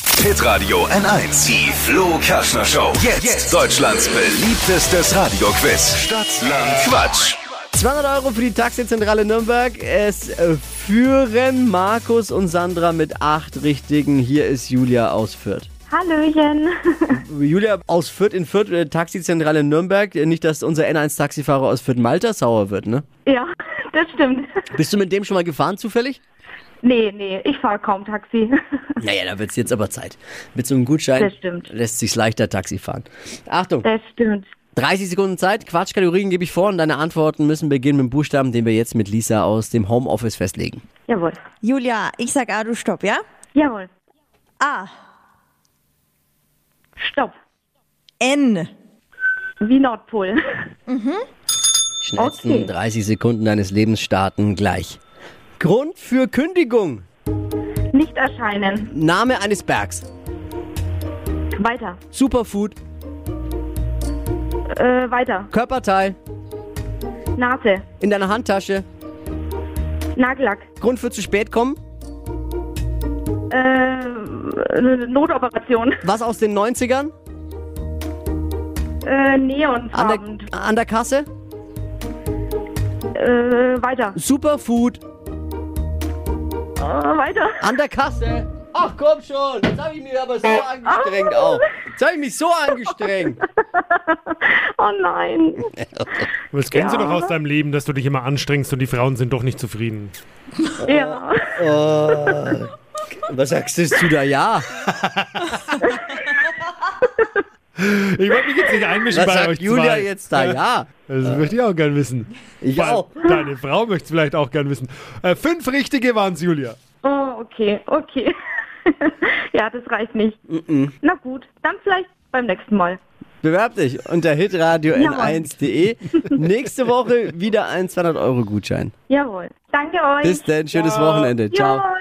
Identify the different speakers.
Speaker 1: Hitradio N1. Die Flo Kaschner Show. Jetzt. Deutschlands beliebtestes Radioquiz. Stadt, Land, Quatsch.
Speaker 2: 200 Euro für die Taxizentrale Nürnberg. Es äh, führen Markus und Sandra mit acht Richtigen. Hier ist Julia aus Fürth.
Speaker 3: Hallöchen.
Speaker 2: Julia aus Fürth in Fürth, äh, Taxizentrale Nürnberg. Äh, Nicht, dass unser N1-Taxifahrer aus Fürth Malta sauer wird, ne?
Speaker 3: Ja, das stimmt.
Speaker 2: Bist du mit dem schon mal gefahren zufällig?
Speaker 3: Nee, nee, ich fahre kaum Taxi.
Speaker 2: Naja, da wird's jetzt aber Zeit. Mit so einem Gutschein
Speaker 3: Das stimmt.
Speaker 2: lässt sich's leichter Taxi fahren. Achtung,
Speaker 3: Das stimmt.
Speaker 2: 30 Sekunden Zeit. Quatschkategorien gebe ich vor und deine Antworten müssen beginnen mit dem Buchstaben, den wir jetzt mit Lisa aus dem Homeoffice festlegen.
Speaker 3: Jawohl.
Speaker 4: Julia, ich sag A, du stopp, ja?
Speaker 3: Jawohl.
Speaker 4: A,
Speaker 3: Stopp.
Speaker 4: N,
Speaker 3: Wie Nordpol.
Speaker 2: Schnellsten
Speaker 3: Okay.
Speaker 2: 30 Sekunden deines Lebens starten gleich. Grund für Kündigung.
Speaker 3: Nicht erscheinen.
Speaker 2: Name eines Bergs.
Speaker 3: Weiter.
Speaker 2: Superfood.
Speaker 3: Äh, weiter.
Speaker 2: Körperteil.
Speaker 3: Nase.
Speaker 2: In deiner Handtasche.
Speaker 3: Nagellack.
Speaker 2: Grund für zu spät kommen.
Speaker 3: Äh, Notoperation.
Speaker 2: Was aus den 90ern?
Speaker 3: Äh,
Speaker 2: An
Speaker 3: Neonfarben.
Speaker 2: der, an der Kasse.
Speaker 3: Äh, weiter.
Speaker 2: Superfood.
Speaker 3: Äh, weiter.
Speaker 2: An der Kasse. Ach komm schon. Jetzt habe ich mich aber so angestrengt auch. Jetzt habe ich mich so angestrengt.
Speaker 3: Oh nein.
Speaker 5: Aber Das kennst du
Speaker 3: Ja.
Speaker 5: doch aus deinem Leben, dass du dich immer anstrengst und die Frauen sind doch nicht zufrieden.
Speaker 3: Ja.
Speaker 2: Was sagst du zu da ja?
Speaker 5: Ich wollte mich jetzt nicht einmischen
Speaker 2: Was
Speaker 5: bei
Speaker 2: sagt
Speaker 5: euch
Speaker 2: Julia
Speaker 5: zwei.
Speaker 2: jetzt da ja?
Speaker 5: Das möchte ich auch gern wissen.
Speaker 2: Ich
Speaker 5: Vor allem
Speaker 2: auch.
Speaker 5: Deine Frau möchte es vielleicht auch gern wissen. Äh, fünf richtige waren es, Julia.
Speaker 3: Oh, okay, okay. ja, das reicht nicht. Na gut, dann vielleicht beim nächsten Mal.
Speaker 2: Bewerb dich unter hitradio
Speaker 3: Jawohl.
Speaker 2: n1.de. Nächste Woche wieder ein 200-Euro-Gutschein.
Speaker 3: Jawohl. Danke euch.
Speaker 2: Bis denn, schönes Wochenende. Ciao.
Speaker 3: Ja,